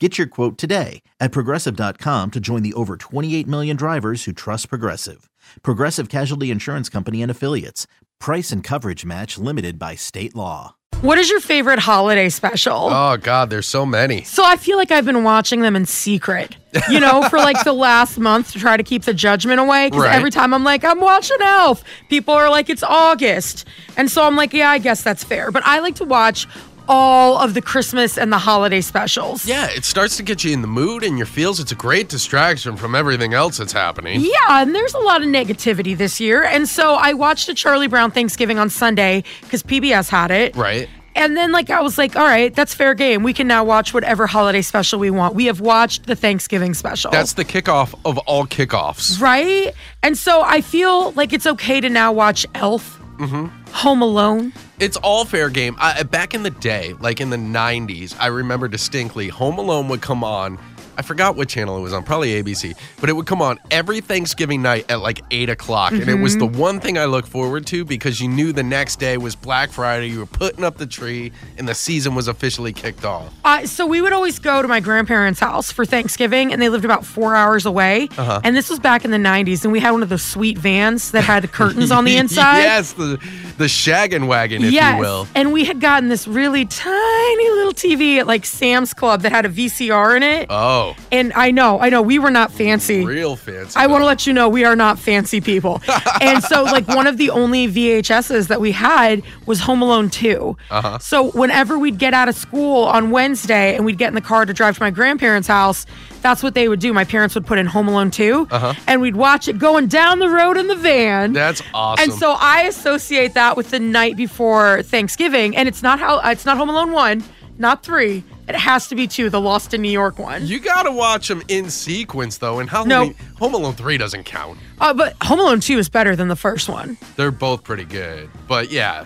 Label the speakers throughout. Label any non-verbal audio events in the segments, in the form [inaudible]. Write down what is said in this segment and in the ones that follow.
Speaker 1: Get your quote today at progressive.com to join the over 28 million drivers who trust Progressive. Progressive Casualty Insurance Company and Affiliates. Price and coverage match limited by state law.
Speaker 2: What is your favorite holiday special?
Speaker 3: Oh God, there's so many.
Speaker 2: so I feel like I've been watching them in secret, you know, for like the last month to try to keep the judgment away. Because
Speaker 3: Right.
Speaker 2: every time I'm like, I'm watching Elf, people are like, it's August. And so I'm like, yeah, I guess that's fair. But I like to watch all of the Christmas and the holiday specials.
Speaker 3: Yeah, it starts to get you in the mood and your feels. It's a great distraction from everything else that's happening.
Speaker 2: Yeah, and there's a lot of negativity this year. And so I watched a Charlie Brown Thanksgiving on Sunday because PBS had it.
Speaker 3: Right.
Speaker 2: And then, like, I was like, all right, that's fair game. We can now watch whatever holiday special we want. We have watched the Thanksgiving special.
Speaker 3: That's the kickoff of all kickoffs.
Speaker 2: right. And so I feel like it's okay to now watch Elf,
Speaker 3: Mm-hmm.
Speaker 2: Home Alone.
Speaker 3: It's all fair game. I, back in the day, like in the 90s, I remember distinctly Home Alone would come on. I forgot what channel it was on, probably ABC, but it would come on every Thanksgiving night at like 8 o'clock. And it was the
Speaker 2: Mm-hmm.
Speaker 3: one thing I looked forward to because you knew the next day was Black Friday. You were putting up the tree and the season was officially kicked off.
Speaker 2: Uh, so we would always go to my grandparents' house for Thanksgiving, and they lived about four hours away.
Speaker 3: Uh-huh.
Speaker 2: And this was back in the 90s, and we had one of those sweet vans that
Speaker 3: [laughs]
Speaker 2: had the curtains on the inside.
Speaker 3: yes, the the shaggin' wagon, if
Speaker 2: yes.
Speaker 3: you will.
Speaker 2: And we had gotten this really tiny little TV at like Sam's Club that had a VCR in it.
Speaker 3: Oh,
Speaker 2: and I know, I know, we were not fancy.
Speaker 3: real fancy.
Speaker 2: I want to
Speaker 3: though.
Speaker 2: let you know we are not fancy
Speaker 3: [laughs]
Speaker 2: people. and so, like, one of the only VHSs that we had was Home Alone 2. Uh-huh. So, whenever we'd get out of school on Wednesday and we'd get in the car to drive to my grandparents' house, that's what they would do. My parents would put in Home Alone 2, and we'd watch it going down the road in the van.
Speaker 3: Uh-huh. That's awesome.
Speaker 2: And so I associate that with the night before Thanksgiving, and it's not how it's not Home Alone one, not three. It has to be two, the Lost in New York one.
Speaker 3: you gotta watch them in sequence though. And how
Speaker 2: No.
Speaker 3: many Home Alone three doesn't count.
Speaker 2: Uh, but Home Alone two is better than the first one.
Speaker 3: They're both pretty good. But yeah,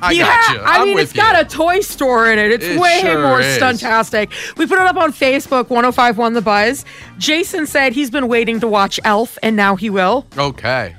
Speaker 3: I
Speaker 2: yeah,
Speaker 3: got you. I'm
Speaker 2: I mean,
Speaker 3: with
Speaker 2: it's
Speaker 3: you.
Speaker 2: got a toy store in it. It's
Speaker 3: It
Speaker 2: way
Speaker 3: sure
Speaker 2: more
Speaker 3: is.
Speaker 2: stuntastic. We put it up on Facebook, 1051 The Buzz. Jason said he's been waiting to watch Elf, and now he will.
Speaker 3: okay.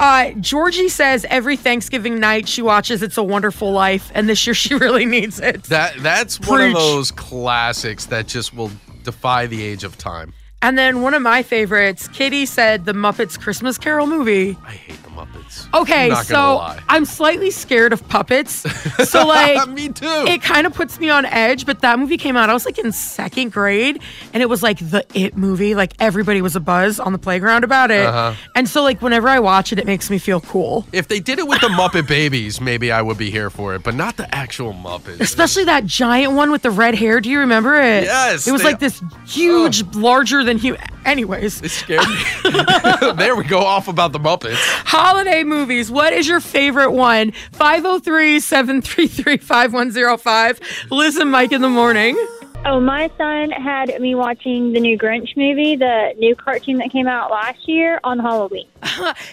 Speaker 2: Uh, Georgie says every Thanksgiving night she watches It's a Wonderful Life, and this year [laughs] she really needs it.
Speaker 3: That that's one of
Speaker 2: Preach.
Speaker 3: those classics that just will defy the age of time.
Speaker 2: And then one of my favorites, Kitty said the Muppets Christmas Carol movie.
Speaker 3: I hate the Muppets.
Speaker 2: Okay,
Speaker 3: I'm not
Speaker 2: so
Speaker 3: gonna lie.
Speaker 2: I'm slightly scared of puppets.
Speaker 3: [laughs]
Speaker 2: So like
Speaker 3: me too.
Speaker 2: it kind of puts me on edge, but that movie came out I was like in 2nd grade and it was like the it movie, like everybody was a buzz on the playground about it.
Speaker 3: Uh-huh.
Speaker 2: And so like whenever I watch it it makes me feel cool.
Speaker 3: if they did it with the Muppet Babies, maybe I would be here for it, but not the actual Muppets.
Speaker 2: Especially that giant one with the red hair. Do you remember it?
Speaker 3: Yes,
Speaker 2: It was
Speaker 3: they- Oh.
Speaker 2: like this huge, larger than human. Anyways,
Speaker 3: It scared me. [laughs] there we go off about the Muppets.
Speaker 2: Holiday movies. What is your favorite one? 503 733 5105. Liz and Mike in the morning.
Speaker 4: Oh, my son had me watching the new Grinch movie, the new cartoon that came out last year on Halloween.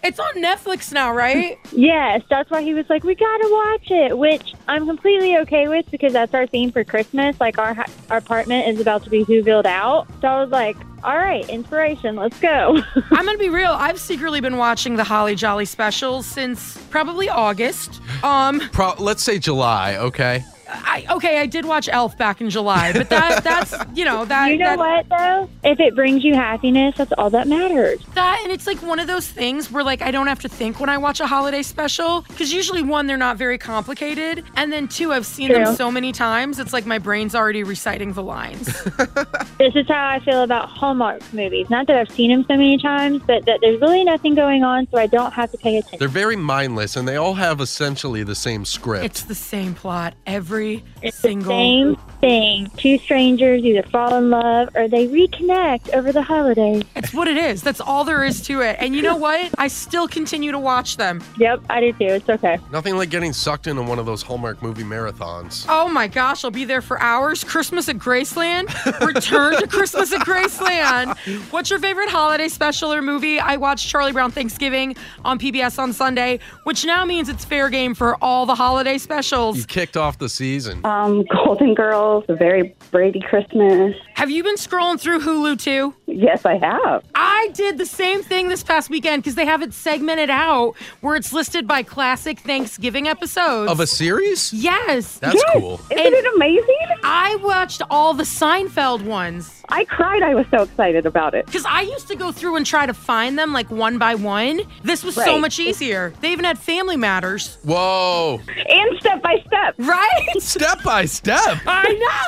Speaker 2: It's on Netflix now, right?
Speaker 4: Yes, that's why he was like, "We gotta watch it," which I'm completely okay with because that's our theme for Christmas. Like our ha- our apartment is about to be Whovilled out, so I was like, "All right, inspiration, let's go." [laughs]
Speaker 2: I'm going to be real. I've secretly been watching the Holly Jolly specials since probably August. Um,
Speaker 3: Pro- let's say July, okay?
Speaker 2: I, okay, I did watch Elf back in July,
Speaker 4: [laughs]
Speaker 2: but that that's you know that
Speaker 4: You know
Speaker 2: that,
Speaker 4: what though? If it brings you happiness, that's all that matters.
Speaker 2: that and it's like one of those things where like I don't have to think when I watch a holiday special because usually one they're not very complicated, and then two I've seen them
Speaker 4: True.
Speaker 2: so many times it's like my brain's already reciting the lines.
Speaker 4: [laughs] This is how I feel about Hallmark movies. Not that I've seen them so many times, but that there's really nothing going on, so I don't have to pay attention.
Speaker 3: They're very mindless and they all have essentially the same script.
Speaker 2: it's the same plot every
Speaker 4: It's the
Speaker 2: single.
Speaker 4: same thing. Two strangers either fall in love or they reconnect over the holidays.
Speaker 2: It's what it is. That's all there is to it. And you know what? I still continue to watch them.
Speaker 4: Yep, I do too. It's okay.
Speaker 5: Um,
Speaker 3: Nothing like getting sucked into one of those Hallmark movie marathons.
Speaker 2: Oh my gosh, I'll be there for hours. Christmas at Graceland. Return to Christmas at Graceland. What's your favorite holiday special or movie? I watched Charlie Brown Thanksgiving on PBS on Sunday, which now means it's fair game for all the holiday
Speaker 3: You
Speaker 2: specials.
Speaker 3: kicked off the season.
Speaker 6: Um, [laughs] Golden Girls, The Very Brady Christmas.
Speaker 2: Have you been scrolling through Hulu too?
Speaker 6: Yes, I have.
Speaker 2: I did the same thing this past weekend because they have it segmented out where it's listed by classic Thanksgiving episodes.
Speaker 3: Of a series?
Speaker 2: yes.
Speaker 3: That's cool.
Speaker 6: Isn't
Speaker 2: And-
Speaker 6: it amazing?
Speaker 2: I watched all the Seinfeld ones.
Speaker 6: I cried. I was so excited about it.
Speaker 2: Because I used to go through and try to find them like one by one. This was so
Speaker 6: Right.
Speaker 2: much easier. They even had family matters.
Speaker 3: Whoa.
Speaker 6: And step by step.
Speaker 2: Right?
Speaker 3: Step by step.
Speaker 2: [laughs] Uh, I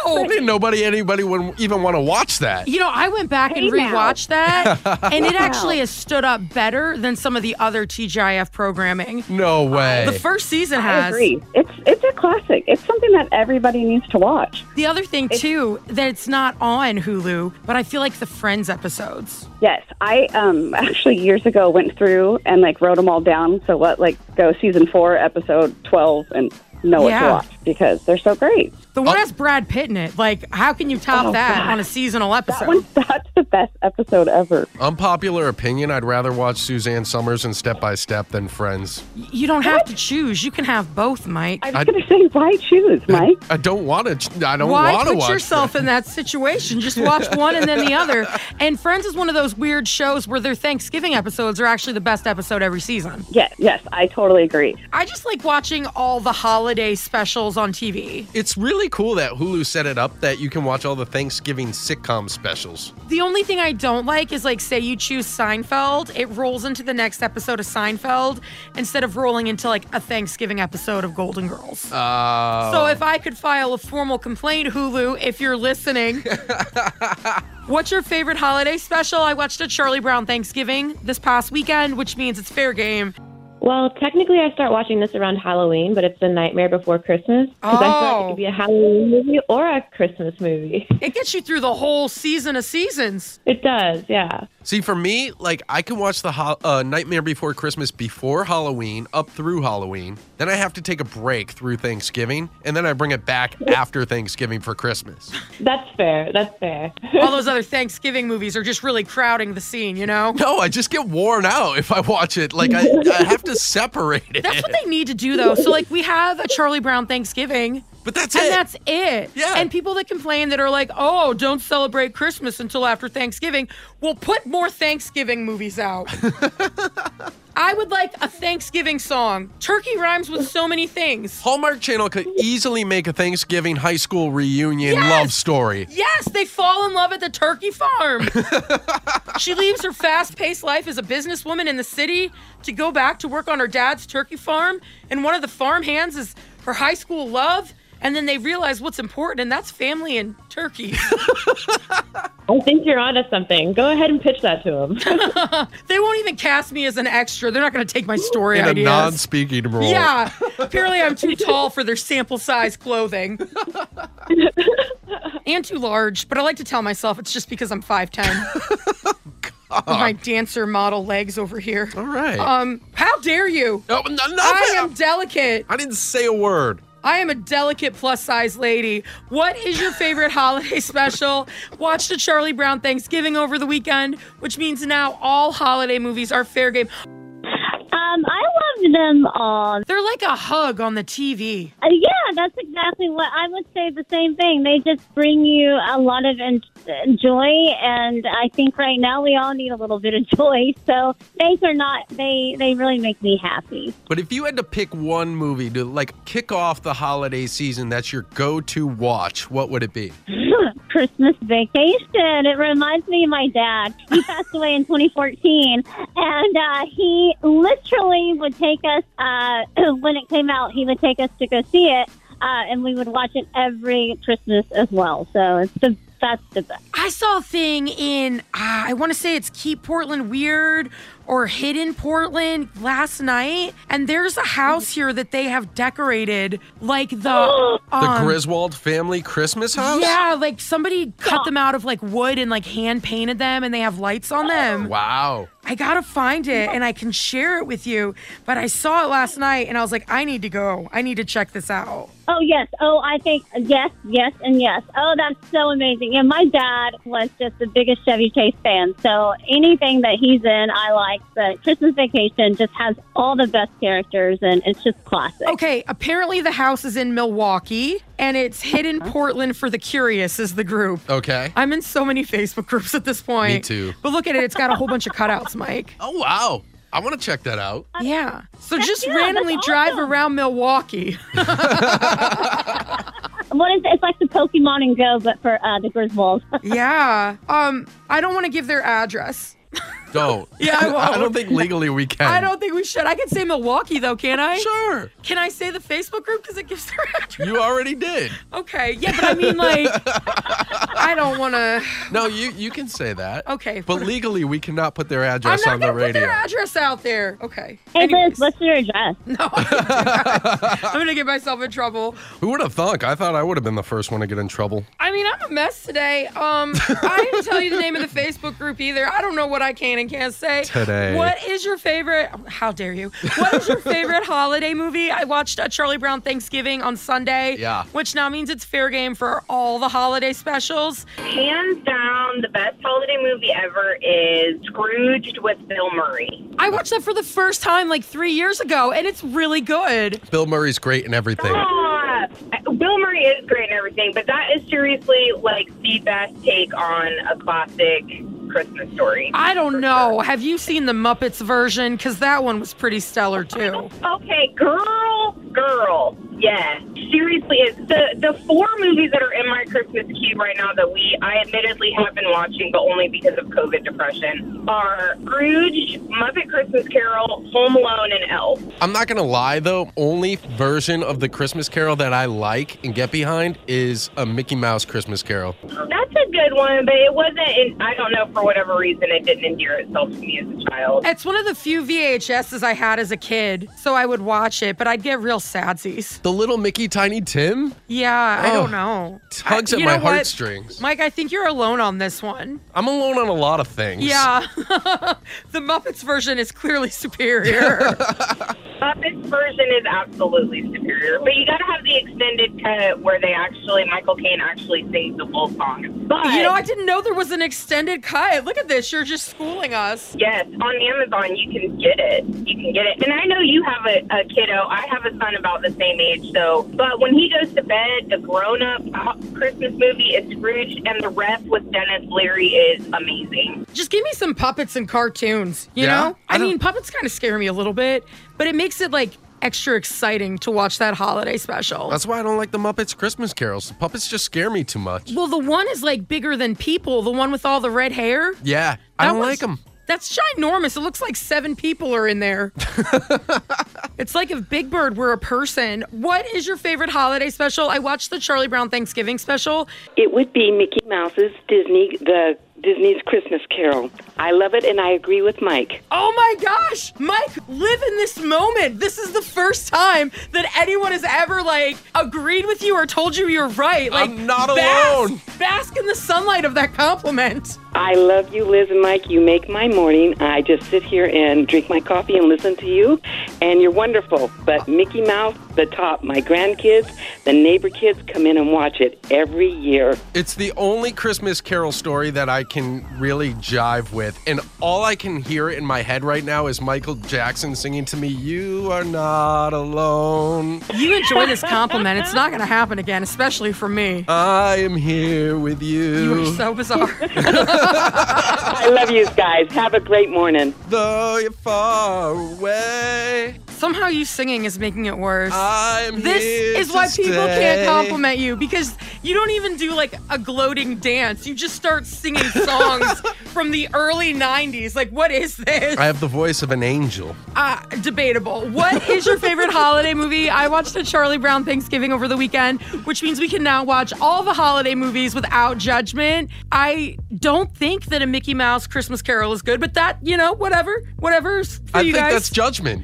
Speaker 3: I
Speaker 2: know.
Speaker 3: didn't nobody anybody would even want to watch that.
Speaker 2: You know, I went back and
Speaker 6: Hey, now.
Speaker 2: rewatched
Speaker 6: [laughs]
Speaker 2: that, and it actually has stood up better than some of the other TGIF programming.
Speaker 3: No way.
Speaker 2: Uh, The first season
Speaker 6: I
Speaker 2: has.
Speaker 6: agree. It's it's a classic. It's something that everybody needs to watch.
Speaker 2: The other thing, too, that it's not on Hulu, but I feel like the Friends episodes.
Speaker 6: Yes, I um actually years ago went through and like wrote them all down. So what like go season four, episode twelve, and know what
Speaker 2: Yeah.
Speaker 6: to watch because they're so great.
Speaker 2: The one has Brad Pitt in it. Like, how can you top
Speaker 6: Oh,
Speaker 2: that
Speaker 6: God.
Speaker 2: on a seasonal episode?
Speaker 6: That [laughs] one, that's the best episode ever.
Speaker 3: Unpopular opinion, I'd rather watch Suzanne Summers and Step by Step than Friends.
Speaker 2: you don't have to choose. You can have both, Mike.
Speaker 6: I was
Speaker 3: I-
Speaker 6: gonna say, why choose, Mike?
Speaker 3: I don't want to ch- I don't
Speaker 2: Why
Speaker 3: want to
Speaker 2: put
Speaker 3: watch
Speaker 2: yourself in that situation? Just watch one and then the other. And Friends is one of those weird shows where their Thanksgiving episodes are actually the best episode every season.
Speaker 6: Yes, yes, I totally agree.
Speaker 2: I just like watching all the holiday specials on TV.
Speaker 3: It's really cool that Hulu set it up that you can watch all the Thanksgiving sitcom specials.
Speaker 2: The only thing I don't like is like say you choose Seinfeld, it rolls into the next episode of Seinfeld instead of rolling into like a Thanksgiving episode of Golden Girls.
Speaker 3: Uh,
Speaker 2: So if I could file a formal complaint, Hulu, if you're listening, what's your favorite holiday special? I watched a Charlie Brown Thanksgiving this past weekend, which means it's fair game.
Speaker 7: Well, technically, I start watching this around Halloween, but it's the Nightmare Before Christmas because I feel like
Speaker 2: Oh.
Speaker 7: it could be a Halloween movie or a Christmas movie. [laughs]
Speaker 2: It gets you through the whole season of seasons.
Speaker 7: It does, yeah.
Speaker 3: see, for me, like I can watch the ho- uh, Nightmare Before Christmas before Halloween, up through Halloween. Then I have to take a break through Thanksgiving, and then I bring it back after Thanksgiving for Christmas. [laughs]
Speaker 7: That's fair. That's fair. [laughs]
Speaker 2: All those other Thanksgiving movies are just really crowding the scene, you know?
Speaker 3: No, I just get worn out if I watch it. Like I, I have to separate it.
Speaker 2: That's what they need to do, though. So, like, we have a Charlie Brown Thanksgiving.
Speaker 3: but that's
Speaker 2: And
Speaker 3: it.
Speaker 2: that's it.
Speaker 3: Yeah.
Speaker 2: And people that complain that are like, oh, don't celebrate Christmas until after Thanksgiving, well, put more Thanksgiving movies
Speaker 3: [laughs]
Speaker 2: out. I would like a Thanksgiving song. Turkey rhymes with so many things.
Speaker 3: Hallmark Channel could easily make a Thanksgiving high school reunion
Speaker 2: Yes!
Speaker 3: love story.
Speaker 2: Yes, they fall in love at the turkey
Speaker 3: [laughs]
Speaker 2: farm. she leaves her fast paced life as a businesswoman in the city to go back to work on her dad's turkey farm. And one of the farm hands is her high school love. And then they realize what's important, and that's family and turkey.
Speaker 7: I think you're onto something. Go ahead and pitch that to him.
Speaker 2: They won't even cast me as an extra. They're not going to take my story
Speaker 3: In a
Speaker 2: ideas.
Speaker 3: non-speaking role.
Speaker 2: yeah, apparently I'm too tall for their sample size clothing. and too large, but I like to tell myself it's just because I'm 5'10. With my dancer model legs over here.
Speaker 3: All right.
Speaker 2: Um, how dare you?
Speaker 3: no, no, no,
Speaker 2: I am delicate.
Speaker 3: I didn't say a word.
Speaker 2: I am a delicate plus size lady. What is your favorite holiday special? Watch the Charlie Brown Thanksgiving over the weekend, which means now all holiday movies are fair game.
Speaker 4: Um, I loved
Speaker 5: them on.
Speaker 2: They're like a hug on the TV.
Speaker 5: Uh, yeah, that's exactly what I would say. The same thing. They just bring you a lot of en- joy, and I think right now we all need a little bit of [laughs] joy. So things are not. They they really make me happy.
Speaker 3: But if you had to pick one movie to like kick off the holiday season, that's your go-to watch. What would it be?
Speaker 5: [laughs] Christmas vacation. It reminds me of my dad. He [laughs] passed away in 2014, and uh, he literally would take us uh, [clears throat] when it came out. He would take us to go see it, uh, and we would watch it every Christmas as well. So it's the that's the best.
Speaker 2: I saw a thing in, ah, I want to say it's Keep Portland Weird or Hidden Portland last night. And there's a house here that they have decorated like the.
Speaker 3: The
Speaker 2: um,
Speaker 3: Griswold family Christmas house?
Speaker 2: Yeah, like somebody cut them out of like wood and like hand painted them and they have lights on them.
Speaker 3: Wow.
Speaker 2: I gotta find it and I can share it with you. But I saw it last night and I was like, I need to go. I need to check this out.
Speaker 5: Oh yes. Oh, I think yes, yes, and yes. Oh, that's so amazing. Yeah, my dad was just the biggest Chevy Chase fan. So anything that he's in, I like. But Christmas Vacation just has all the best characters, and it's just classic.
Speaker 2: Okay, apparently the house is in Milwaukee and it's Hidden
Speaker 3: Uh-huh.
Speaker 2: Portland for the Curious is the group.
Speaker 3: Okay.
Speaker 2: I'm in so many Facebook groups at this point.
Speaker 3: Me too.
Speaker 2: But look at it, it's got a whole bunch of cutouts,
Speaker 3: [laughs]
Speaker 2: Mike.
Speaker 3: Oh wow. I want to check that out.
Speaker 2: Yeah. So just
Speaker 5: yeah, that's
Speaker 2: randomly drive
Speaker 5: awesome.
Speaker 2: around
Speaker 3: [laughs]
Speaker 2: Milwaukee.
Speaker 5: What is it's like the Pokemon and Go, but for uh, the Griswolds.
Speaker 2: yeah. Um, I don't want to give their address.
Speaker 3: Don't.
Speaker 2: [laughs] Yeah, I won't.
Speaker 3: [laughs] I don't think legally we can.
Speaker 2: [laughs] I don't think we should. I can say Milwaukee though, can I?
Speaker 3: Sure.
Speaker 2: Can I say the Facebook group because it gives their [laughs] address?
Speaker 3: You already did.
Speaker 2: Okay. Yeah, but I mean,
Speaker 3: [laughs]
Speaker 2: like, I don't want to.
Speaker 3: No, you you can say that.
Speaker 2: Okay.
Speaker 3: But legally, we cannot put their
Speaker 2: I'm
Speaker 3: address
Speaker 2: not
Speaker 3: on the
Speaker 2: gonna put
Speaker 3: radio.
Speaker 2: their address out there. Okay.
Speaker 5: Hey Liz,
Speaker 2: Anyways.
Speaker 5: [laughs] what's your address?
Speaker 2: No, I can't do that. I'm gonna get myself in trouble.
Speaker 3: Who would have thought? I thought I would have been the first one to get in trouble.
Speaker 2: I mean, I'm a mess today. Um, I didn't tell you the name of the Facebook group either. I don't know what I can and can't say
Speaker 3: Today.
Speaker 2: What is your favorite? How dare you? What is your favorite [laughs] holiday movie? I watched uh, Charlie Brown Thanksgiving on Sunday.
Speaker 3: Yeah.
Speaker 2: Which now means it's fair game for all the holiday specials.
Speaker 8: Hands down, the best holiday movie ever is Scrooged with Bill Murray.
Speaker 2: I watched that for the first time like three years ago, and it's really good.
Speaker 3: Bill Murray's great in everything.
Speaker 8: Ah, Bill Murray is great and everything, but that is seriously like the best take on a classic Christmas story.
Speaker 2: I don't know. Have you seen the Muppets version? Because that one was pretty stellar too.
Speaker 8: Okay, girl, girl. Yeah. Seriously, it's the the four movies that are in my Christmas queue right now that we I admittedly have been watching but only because of COVID depression are Scrooge, Muppet Christmas Carol, Home Alone and Elf.
Speaker 3: I'm not gonna lie though, only version of the Christmas Carol that I like and get behind is a Mickey Mouse Christmas Carol.
Speaker 8: That's a good one, but it wasn't in, I don't know for whatever reason it didn't endear itself to me as a child.
Speaker 2: It's one of the few VHSs I had as a kid, so I would watch it, but I'd get real sadsies.
Speaker 3: The little Mickey Tiny Tim
Speaker 2: Yeah, I
Speaker 3: Oh,
Speaker 2: don't know.
Speaker 3: tugs
Speaker 2: I-
Speaker 3: at
Speaker 2: you
Speaker 3: my
Speaker 2: know what?
Speaker 3: heartstrings.
Speaker 2: Mike, I think you're alone on this one.
Speaker 3: I'm alone on a lot of things.
Speaker 2: Yeah. [laughs] the Muppets version is clearly [laughs]
Speaker 3: [laughs]
Speaker 2: superior.
Speaker 8: Muppets Uh, version is absolutely superior, but you got to have the extended cut where they actually Michael Caine actually sings the full song. But
Speaker 2: you know, I didn't know there was an extended cut. Look at this. You're just schooling us.
Speaker 8: yes, on Amazon you can get it. You can get it, and I know you have a, a kiddo. I have a son about the same age, so. But when he goes to bed, the grown-up uh, Christmas movie is Scrooge, and the rest with Dennis Leary is amazing.
Speaker 2: Just give me some puppets and cartoons, you
Speaker 3: Yeah?
Speaker 2: know?
Speaker 3: I
Speaker 2: I
Speaker 3: don't-
Speaker 2: mean, puppets kind of scare me a little bit, but it makes it like extra exciting to watch that holiday special.
Speaker 3: That's why I don't like the Muppets Christmas carols. The puppets just scare me too much.
Speaker 2: well, the one is like bigger than people, the one with all the red hair.
Speaker 3: Yeah, I
Speaker 2: That
Speaker 3: don't
Speaker 2: was-
Speaker 3: like them.
Speaker 2: That's ginormous. It looks like seven people are in there.
Speaker 3: [laughs]
Speaker 2: it's like if Big Bird were a person. What is your favorite holiday special? I watched the Charlie Brown Thanksgiving special.
Speaker 9: It would be Mickey Mouse's Disney, the Disney's Christmas Carol. I love it, and I agree with Mike.
Speaker 2: Oh my gosh, Mike, live in this moment. This is the first time that anyone has ever like agreed with you or told you you're right. Like
Speaker 3: I'm not
Speaker 2: bask-
Speaker 3: alone.
Speaker 2: Bask in the sunlight of that compliment.
Speaker 9: I love you, Liz and Mike. You make my morning. I just sit here and drink my coffee and listen to you, and you're wonderful. But Mickey Mouse, the top, my grandkids, the neighbor kids come in and watch it every year.
Speaker 3: It's the only Christmas Carol story that I can really jive with. And all I can hear in my head right now is Michael Jackson singing to me, You are not alone.
Speaker 2: You enjoy this compliment. It's not going to happen again, especially for me.
Speaker 3: I am here with you.
Speaker 2: You are so bizarre. [laughs]
Speaker 9: I love you guys. Have a great morning.
Speaker 3: Though you're far away.
Speaker 2: Somehow you singing is making it worse.
Speaker 3: I'm
Speaker 2: this
Speaker 3: here
Speaker 2: is why
Speaker 3: to
Speaker 2: people
Speaker 3: stay.
Speaker 2: can't compliment you because you don't even do like a gloating dance. You just start
Speaker 3: [laughs]
Speaker 2: singing songs from the early 90s. Like, what is this?
Speaker 3: I have the voice of an angel.
Speaker 2: Uh, debatable. What is your favorite holiday movie? I watched a Charlie Brown Thanksgiving over the weekend, which means we can now watch all the holiday movies without judgment. I don't think that a Mickey Mouse Christmas Carol is good, but that, you know, whatever. Whatever's for
Speaker 3: I
Speaker 2: you
Speaker 3: think
Speaker 2: guys.
Speaker 3: that's judgment.